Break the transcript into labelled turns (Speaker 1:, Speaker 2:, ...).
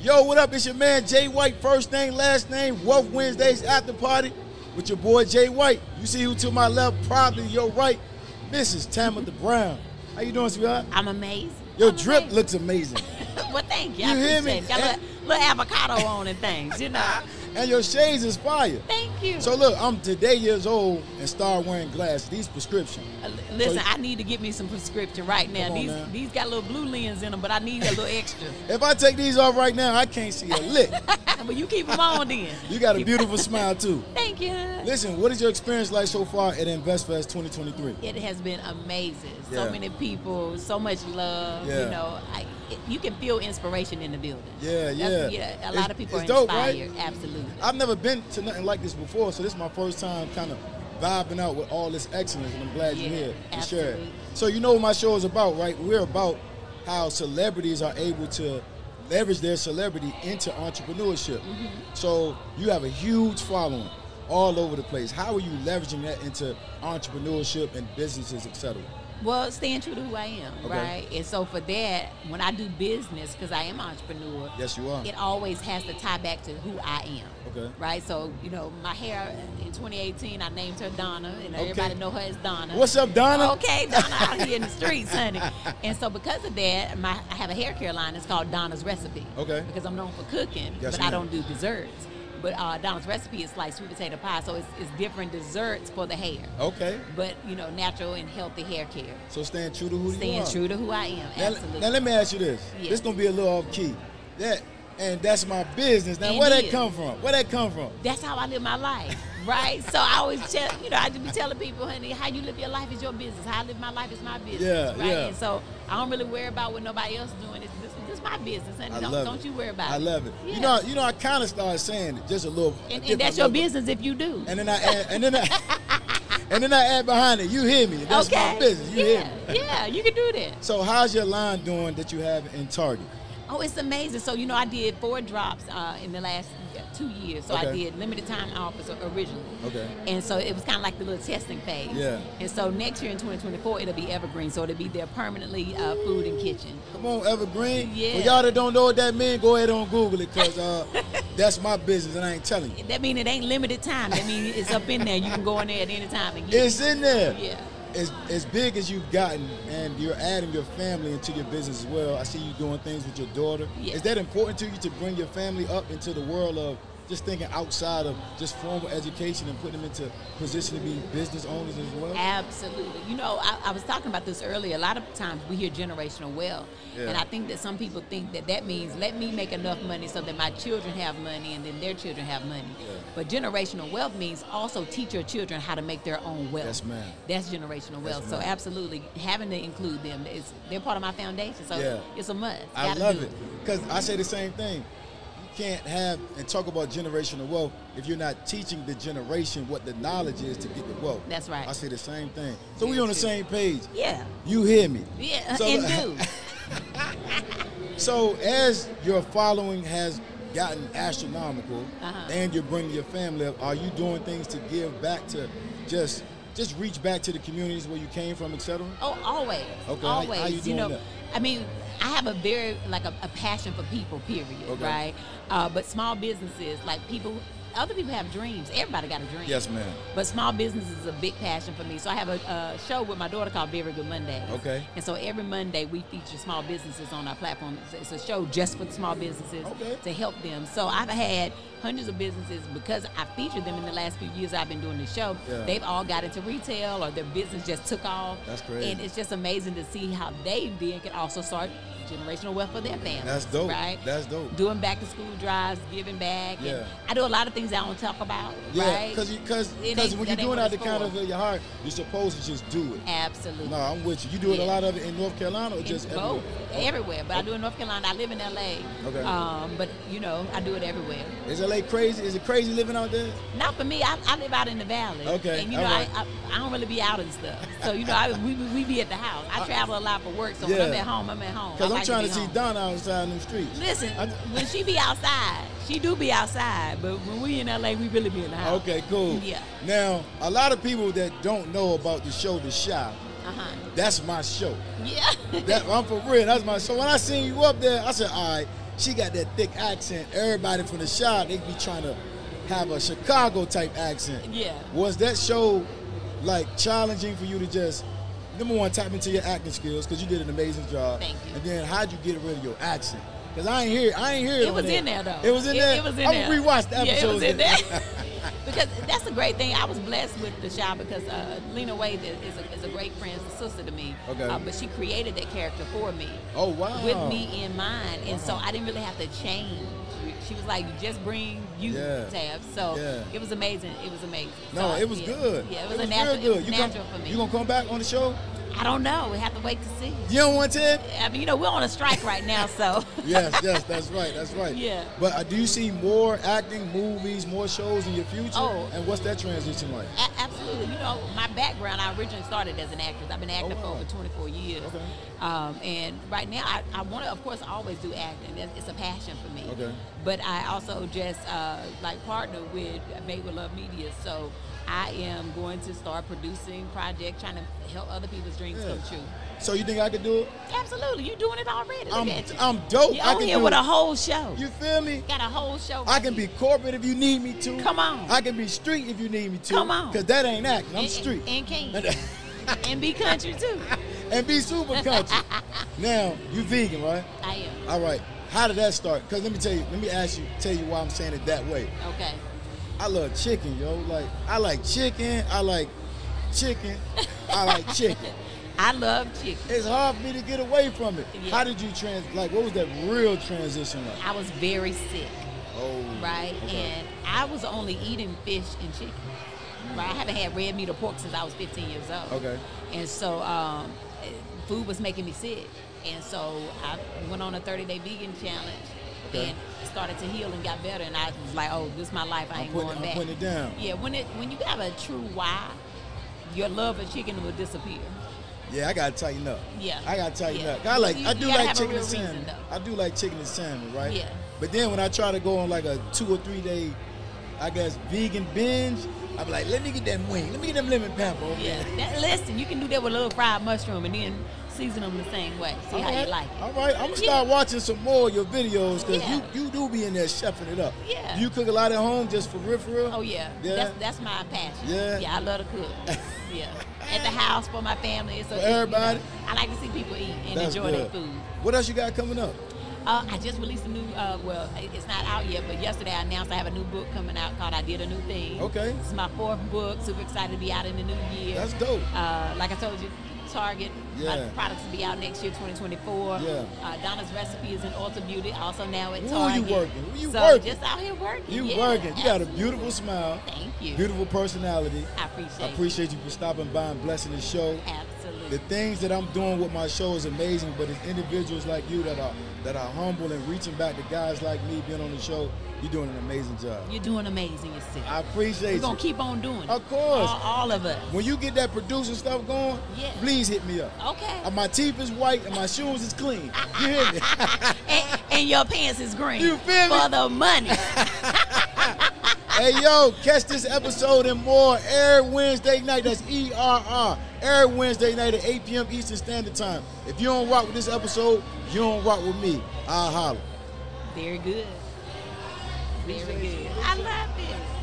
Speaker 1: Yo, what up? It's your man Jay White, first name, last name, Wolf Wednesdays after party with your boy Jay White. You see who to my left, probably your right, Mrs. Tamatha Brown. How you doing, sweetheart?
Speaker 2: I'm amazed.
Speaker 1: Your
Speaker 2: I'm
Speaker 1: drip
Speaker 2: amazed.
Speaker 1: looks amazing.
Speaker 2: well, thank you. I
Speaker 1: You hear me?
Speaker 2: appreciate it. Got a little, little avocado on and things, you know.
Speaker 1: and your shades is fire.
Speaker 2: Thank you.
Speaker 1: So look, I'm today years old and start wearing glasses. These prescription.
Speaker 2: Uh, li- Listen,
Speaker 1: so-
Speaker 2: I need to get me some prescription right now.
Speaker 1: Come on
Speaker 2: These
Speaker 1: now.
Speaker 2: these got little blue lens in them, but I need a little extra.
Speaker 1: If I take these off right now, I can't see a lick.
Speaker 2: but you keep them on then.
Speaker 1: You got a beautiful smile too.
Speaker 2: Thank you.
Speaker 1: Listen, what is your experience like so far at InvestFest 2023?
Speaker 2: It has been amazing. So
Speaker 1: Yeah.
Speaker 2: many people, so much love.
Speaker 1: Yeah.
Speaker 2: You know, I, it, you can feel inspiration in the building.
Speaker 1: Yeah, yeah.
Speaker 2: That's- yeah. A
Speaker 1: It's-
Speaker 2: lot of people are
Speaker 1: it's dope, right?
Speaker 2: inspired. Absolutely.
Speaker 1: I've never been to nothing like this before, so this is my first time kind of vibing out with all this excellence, and I'm glad
Speaker 2: Yeah,
Speaker 1: you're here to share it.
Speaker 2: absolutely.
Speaker 1: So you know what my show is about, right? We're about how celebrities are able to leverage their celebrity into entrepreneurship.
Speaker 2: Mm-hmm.
Speaker 1: So you have a huge following all over the place. How are you leveraging that into entrepreneurship and businesses, etc.?
Speaker 2: Well, staying true to who I am,
Speaker 1: Okay.
Speaker 2: right? And so for that, when I do business, because I am an entrepreneur,
Speaker 1: Yes, you are.
Speaker 2: it always has to tie back to who I am.
Speaker 1: Okay.
Speaker 2: Right? So, you know, my hair in 2018, I named her Donna, and
Speaker 1: Okay.
Speaker 2: everybody know her as Donna.
Speaker 1: What's up, Donna?
Speaker 2: Okay, Donna out here in the streets, honey. And so because of that, my I have a hair care line. It's called Donna's Recipe.
Speaker 1: Okay.
Speaker 2: Because I'm known for cooking,
Speaker 1: Yes,
Speaker 2: but I
Speaker 1: ma'am.
Speaker 2: don't do desserts. But uh, Donna's Recipe is like sweet potato pie, so it's, it's different desserts for the hair.
Speaker 1: Okay.
Speaker 2: But, you know, natural and healthy hair care
Speaker 1: So staying true to who you
Speaker 2: staying
Speaker 1: are.
Speaker 2: true to who I am.
Speaker 1: Now,
Speaker 2: Absolutely.
Speaker 1: now let me ask you this.
Speaker 2: Yeah.
Speaker 1: This gonna be a little off key. That and that's my business. Now
Speaker 2: It
Speaker 1: where that
Speaker 2: is.
Speaker 1: come from? Where that come from?
Speaker 2: That's how I live my life, right? so I always tell, you know, I just be telling people, honey, how you live your life is your business. How I live my life is my business,
Speaker 1: Yeah,
Speaker 2: right?
Speaker 1: yeah.
Speaker 2: And so I don't really worry about what nobody else doing. It's this, this my business, honey.
Speaker 1: I
Speaker 2: don't
Speaker 1: love
Speaker 2: don't
Speaker 1: it.
Speaker 2: you worry about
Speaker 1: I
Speaker 2: it.
Speaker 1: love it.
Speaker 2: Yeah.
Speaker 1: You know, you know, I kind of started saying it just a little. a
Speaker 2: and, and
Speaker 1: different
Speaker 2: that's your
Speaker 1: level.
Speaker 2: business if you do.
Speaker 1: And then I add, and then I and then I add behind it. You hear me? That's
Speaker 2: okay.
Speaker 1: my business. You hear
Speaker 2: yeah,
Speaker 1: me?
Speaker 2: yeah, you can do that.
Speaker 1: So how's your line doing that you have in Target?
Speaker 2: Oh, it's amazing. So you know, I did four drops uh, in the last uh, two years. So I
Speaker 1: Okay.
Speaker 2: did limited time offers originally.
Speaker 1: Okay.
Speaker 2: And so it was kind of like the little testing phase.
Speaker 1: Yeah.
Speaker 2: And so next year in 2024, it'll be evergreen. So it'll be there permanently, uh, food and kitchen.
Speaker 1: Come on, Evergreen.
Speaker 2: Yeah.
Speaker 1: For y'all that don't know what that means, go ahead and Google it, cause uh, that's my business, and I ain't telling you.
Speaker 2: That means it ain't limited time. That means it's up in there. You can go in there at any time and get
Speaker 1: It's in there.
Speaker 2: it. Yeah.
Speaker 1: as, as big as you've gotten and you're adding your family into your business as well i see you doing things with your daughter
Speaker 2: Yeah.
Speaker 1: is that important to you to bring your family up into the world of just thinking outside of just formal education and putting them into position to be business owners as well
Speaker 2: Absolutely. You know, I, I was talking about this earlier. A lot of times we hear generational wealth,
Speaker 1: Yeah.
Speaker 2: and I think that some people think that that means let me make enough money so that my children have money and then their children have money.
Speaker 1: Yeah.
Speaker 2: But generational wealth means also teach your children how to make their own wealth.
Speaker 1: Yes, ma'am.
Speaker 2: That's generational wealth. so
Speaker 1: ma'am.
Speaker 2: absolutely, having to include them is they're part of my foundation. So
Speaker 1: Yeah.
Speaker 2: it's a must.
Speaker 1: i
Speaker 2: Gotta
Speaker 1: love
Speaker 2: do
Speaker 1: it because i say the same thing you can't have and talk about generational wealth if you're not teaching the generation what the knowledge is to get the wealth
Speaker 2: That's right.
Speaker 1: i say the same thing so we
Speaker 2: Yes,
Speaker 1: on the
Speaker 2: yes.
Speaker 1: same page
Speaker 2: Yeah.
Speaker 1: you hear me
Speaker 2: Yeah.
Speaker 1: So-
Speaker 2: and do.
Speaker 1: So as your following has gotten astronomical,
Speaker 2: Uh-huh.
Speaker 1: and you're bringing your family up, are you doing things to give back to just just reach back to the communities where you came from, etc.?
Speaker 2: Oh, always.
Speaker 1: Okay, how-
Speaker 2: Always.
Speaker 1: how you doing
Speaker 2: know,
Speaker 1: that?
Speaker 2: I mean, I have a very like a, a passion for people. Period.
Speaker 1: Okay.
Speaker 2: Right. Uh, but small businesses, like people, other people have dreams. Everybody got a dream.
Speaker 1: Yes, ma'am.
Speaker 2: But small business is a big passion for me. So I have a, a show with my daughter called Very Good Monday.
Speaker 1: Okay.
Speaker 2: And so every Monday we feature small businesses on our platform. It's, it's a show just for the small businesses
Speaker 1: Okay.
Speaker 2: to help them. So I've had hundreds of businesses because I featured them in the last few years I've been doing the show.
Speaker 1: Yeah.
Speaker 2: They've all got into retail or their business just took off.
Speaker 1: That's crazy.
Speaker 2: And it's just amazing to see how they then can also start generational wealth for their families.
Speaker 1: That's dope.
Speaker 2: Right.
Speaker 1: That's dope.
Speaker 2: Doing back to school drives, giving back. and
Speaker 1: Yeah.
Speaker 2: I do a lot of things I don't talk about.
Speaker 1: Yeah,
Speaker 2: right?
Speaker 1: because because
Speaker 2: It
Speaker 1: because when
Speaker 2: ain't- that
Speaker 1: you're
Speaker 2: ain't
Speaker 1: doing
Speaker 2: what
Speaker 1: out the
Speaker 2: it's
Speaker 1: kindness
Speaker 2: for.
Speaker 1: of your heart, you're supposed to just do it.
Speaker 2: Absolutely.
Speaker 1: No, I'm with you. You do it a
Speaker 2: Yeah.
Speaker 1: lot of it in North Carolina or just
Speaker 2: In
Speaker 1: everywhere?
Speaker 2: both, everywhere. But I do it in North Carolina. I live in LA.
Speaker 1: Okay.
Speaker 2: Um, but you know, I do it everywhere.
Speaker 1: Is LA crazy? Is it crazy living out there?
Speaker 2: Not for me. I, I live out in the valley.
Speaker 1: Okay,
Speaker 2: And you know,
Speaker 1: all right.
Speaker 2: I, I I don't really be out and stuff. So you know, I, we we- we be at the house. I travel a lot for work. So when I'm
Speaker 1: Yeah.
Speaker 2: at home, I'm at home.
Speaker 1: Because
Speaker 2: I
Speaker 1: I'm
Speaker 2: like
Speaker 1: trying
Speaker 2: be
Speaker 1: to see
Speaker 2: home.
Speaker 1: Donna outside in them streets.
Speaker 2: Listen,
Speaker 1: I-
Speaker 2: when she be outside, she do be outside. But when we in LA, we really be in the house.
Speaker 1: Okay, cool.
Speaker 2: Yeah.
Speaker 1: Now, a lot of people that don't know about the show, The Shop,
Speaker 2: Uh huh.
Speaker 1: that's my show.
Speaker 2: Yeah.
Speaker 1: That, I'm for real. That's my show. When I seen you up there, I said, all right, She got that thick accent. Everybody from the shop, they be trying to have a Chicago type accent.
Speaker 2: Yeah.
Speaker 1: Was that show like challenging for you to just number one tap into your acting skills because you did an amazing job.
Speaker 2: Thank you.
Speaker 1: And then how'd you get rid of your accent? Because I ain't hear, I ain't hear it.
Speaker 2: It
Speaker 1: on
Speaker 2: was in there though.
Speaker 1: It was in there.
Speaker 2: It was in
Speaker 1: I'm
Speaker 2: there.
Speaker 1: gonna rewatch the episode.
Speaker 2: Yeah, it was in there. because that's the great thing. I was blessed with the show because uh, Lena Wade is is a, is a great friend, is a sister to me.
Speaker 1: Okay.
Speaker 2: Uh, but she created that character for me.
Speaker 1: Oh, wow.
Speaker 2: With me in mind, and so I didn't really have to change. She was like, "Just bring you,
Speaker 1: Yeah.
Speaker 2: Tab." So
Speaker 1: Yeah.
Speaker 2: it was amazing. It was amazing.
Speaker 1: No,
Speaker 2: So,
Speaker 1: it was
Speaker 2: yeah.
Speaker 1: good.
Speaker 2: Yeah, it was, a natural.
Speaker 1: real
Speaker 2: It was
Speaker 1: You
Speaker 2: natural
Speaker 1: gonna,
Speaker 2: for me.
Speaker 1: You gonna come back on the show?
Speaker 2: I don't know. We have to wait to see.
Speaker 1: You don't want Ted?
Speaker 2: I mean, you know, we're on a strike right now, so.
Speaker 1: yes, yes, that's right, that's right.
Speaker 2: Yeah.
Speaker 1: But uh, do you see more acting, movies, more shows in your future?
Speaker 2: Oh.
Speaker 1: And what's that transition like?
Speaker 2: A- absolutely. You know, my background, I originally started as an actress. I've been acting
Speaker 1: Oh, wow.
Speaker 2: for over 24 years.
Speaker 1: Okay.
Speaker 2: Um, and right now, I, I want to, of course, always do acting. It's, it's a passion for me.
Speaker 1: Okay.
Speaker 2: But I also just, uh, like, partner with Made With Love Media. So I am going to start producing projects, trying to help other people's dreams
Speaker 1: Yeah.
Speaker 2: come true.
Speaker 1: So you think I could do it?
Speaker 2: Absolutely. You're doing it already. Look
Speaker 1: I'm,
Speaker 2: at you.
Speaker 1: I'm dope.
Speaker 2: You're
Speaker 1: I
Speaker 2: on
Speaker 1: can
Speaker 2: here
Speaker 1: do
Speaker 2: with
Speaker 1: it.
Speaker 2: a whole show.
Speaker 1: You feel me?
Speaker 2: got a whole show.
Speaker 1: I
Speaker 2: right
Speaker 1: can
Speaker 2: here.
Speaker 1: be corporate if you need me to.
Speaker 2: Come on.
Speaker 1: I can be street if you need me to.
Speaker 2: Come on.
Speaker 1: Cause that ain't acting. I'm
Speaker 2: And-
Speaker 1: street.
Speaker 2: And, and can. and be country, too.
Speaker 1: and be super country. now you vegan, right?
Speaker 2: I am.
Speaker 1: All right. How did that start? Cause let me tell you. Let me ask you. Tell you why I'm saying it that way.
Speaker 2: Okay.
Speaker 1: I love chicken, yo. Like I like chicken. I like chicken. I like chicken.
Speaker 2: I love chicken.
Speaker 1: It's hard for me to get away from it.
Speaker 2: Yeah.
Speaker 1: How did you trans? Like what was that real transition like?
Speaker 2: I was very sick,
Speaker 1: Oh.
Speaker 2: right?
Speaker 1: okay.
Speaker 2: And I was only eating fish and chicken. Right? I haven't had red meat or pork since I was 15 years old.
Speaker 1: Okay.
Speaker 2: And so um, eh, food was making me sick. And so I went on a 30 day vegan challenge
Speaker 1: Okay.
Speaker 2: and started to heal and got better. And I was like, oh, this is my life. I
Speaker 1: I'm
Speaker 2: ain't
Speaker 1: putting-
Speaker 2: going
Speaker 1: I'm
Speaker 2: back.
Speaker 1: putting it down.
Speaker 2: Yeah, when, it, when you have a true why, your love of chicken will disappear.
Speaker 1: Yeah, I gotta tighten up.
Speaker 2: Yeah.
Speaker 1: I gotta tighten
Speaker 2: Yeah.
Speaker 1: up. I like
Speaker 2: You-
Speaker 1: I
Speaker 2: you
Speaker 1: do
Speaker 2: gotta
Speaker 1: like
Speaker 2: have a
Speaker 1: chicken
Speaker 2: real
Speaker 1: and salmon.
Speaker 2: reason, though.
Speaker 1: I do like chicken and salmon, right?
Speaker 2: Yeah.
Speaker 1: But then when I try to go on like a two or three day, I guess vegan binge, I be like, let me get that wing, let me get them lemon pepper. over
Speaker 2: Yeah.
Speaker 1: there.
Speaker 2: That, listen, you can do that with a little fried mushroom and then season them the same way. See how
Speaker 1: Alright,
Speaker 2: you like it.
Speaker 1: All right, I'm gonna
Speaker 2: Yeah.
Speaker 1: start watching some more of your videos because
Speaker 2: Yeah.
Speaker 1: you, you do be in there chefing it up.
Speaker 2: Yeah.
Speaker 1: Do you cook a lot at home just for real, for real?
Speaker 2: Oh yeah.
Speaker 1: Yeah.
Speaker 2: That's that's my passion.
Speaker 1: Yeah.
Speaker 2: Yeah, I love to cook. yeah. At the house for my family. So
Speaker 1: For
Speaker 2: it's, you know,
Speaker 1: everybody?
Speaker 2: I like to see people eat and
Speaker 1: That's
Speaker 2: enjoy their
Speaker 1: good.
Speaker 2: food.
Speaker 1: What else you got coming up?
Speaker 2: Uh, I just released a new. Uh, well, it- it's not out yet, but yesterday I announced I have a new book coming out called "I Did a New Thing."
Speaker 1: Okay.
Speaker 2: This is my fourth book. Super excited to be out in the new year.
Speaker 1: That's dope.
Speaker 2: Uh, like I told you, Target my
Speaker 1: Yeah.
Speaker 2: products will be out next year, 2024.
Speaker 1: Yeah.
Speaker 2: Uh, Donna's recipe is in Ulta Beauty, also now at
Speaker 1: Ooh, you
Speaker 2: Target.
Speaker 1: working. Ooh, you
Speaker 2: so
Speaker 1: working.
Speaker 2: just out here working.
Speaker 1: You
Speaker 2: yeah,
Speaker 1: working? You got a
Speaker 2: absolutely.
Speaker 1: beautiful smile,
Speaker 2: Thank you.
Speaker 1: beautiful personality.
Speaker 2: I appreciate.
Speaker 1: I appreciate you for stopping by and blessing the show.
Speaker 2: It. Absolutely.
Speaker 1: The things that I'm doing with my show is amazing, but it's individuals like you that are that are humble and reaching back to guys like me being on the show. You're doing an amazing job.
Speaker 2: You're doing amazing yourself.
Speaker 1: I appreciate
Speaker 2: We're gonna
Speaker 1: you.
Speaker 2: keep on doing it.
Speaker 1: Of course.
Speaker 2: All, all of us.
Speaker 1: When you get that producer stuff going,
Speaker 2: Yeah.
Speaker 1: please hit me up.
Speaker 2: Okay.
Speaker 1: Uh, My teeth is white and my shoes is clean. You hear me?
Speaker 2: and, and your pants is green.
Speaker 1: You feel me?
Speaker 2: For the money.
Speaker 1: hey yo, catch this episode and more every Wednesday night. That's E R R. Every Wednesday night at 8 p.m. Eastern Standard Time. If you don't rock with this episode, you don't rock with me. I'll holler.
Speaker 2: Very good. Very good. I love it.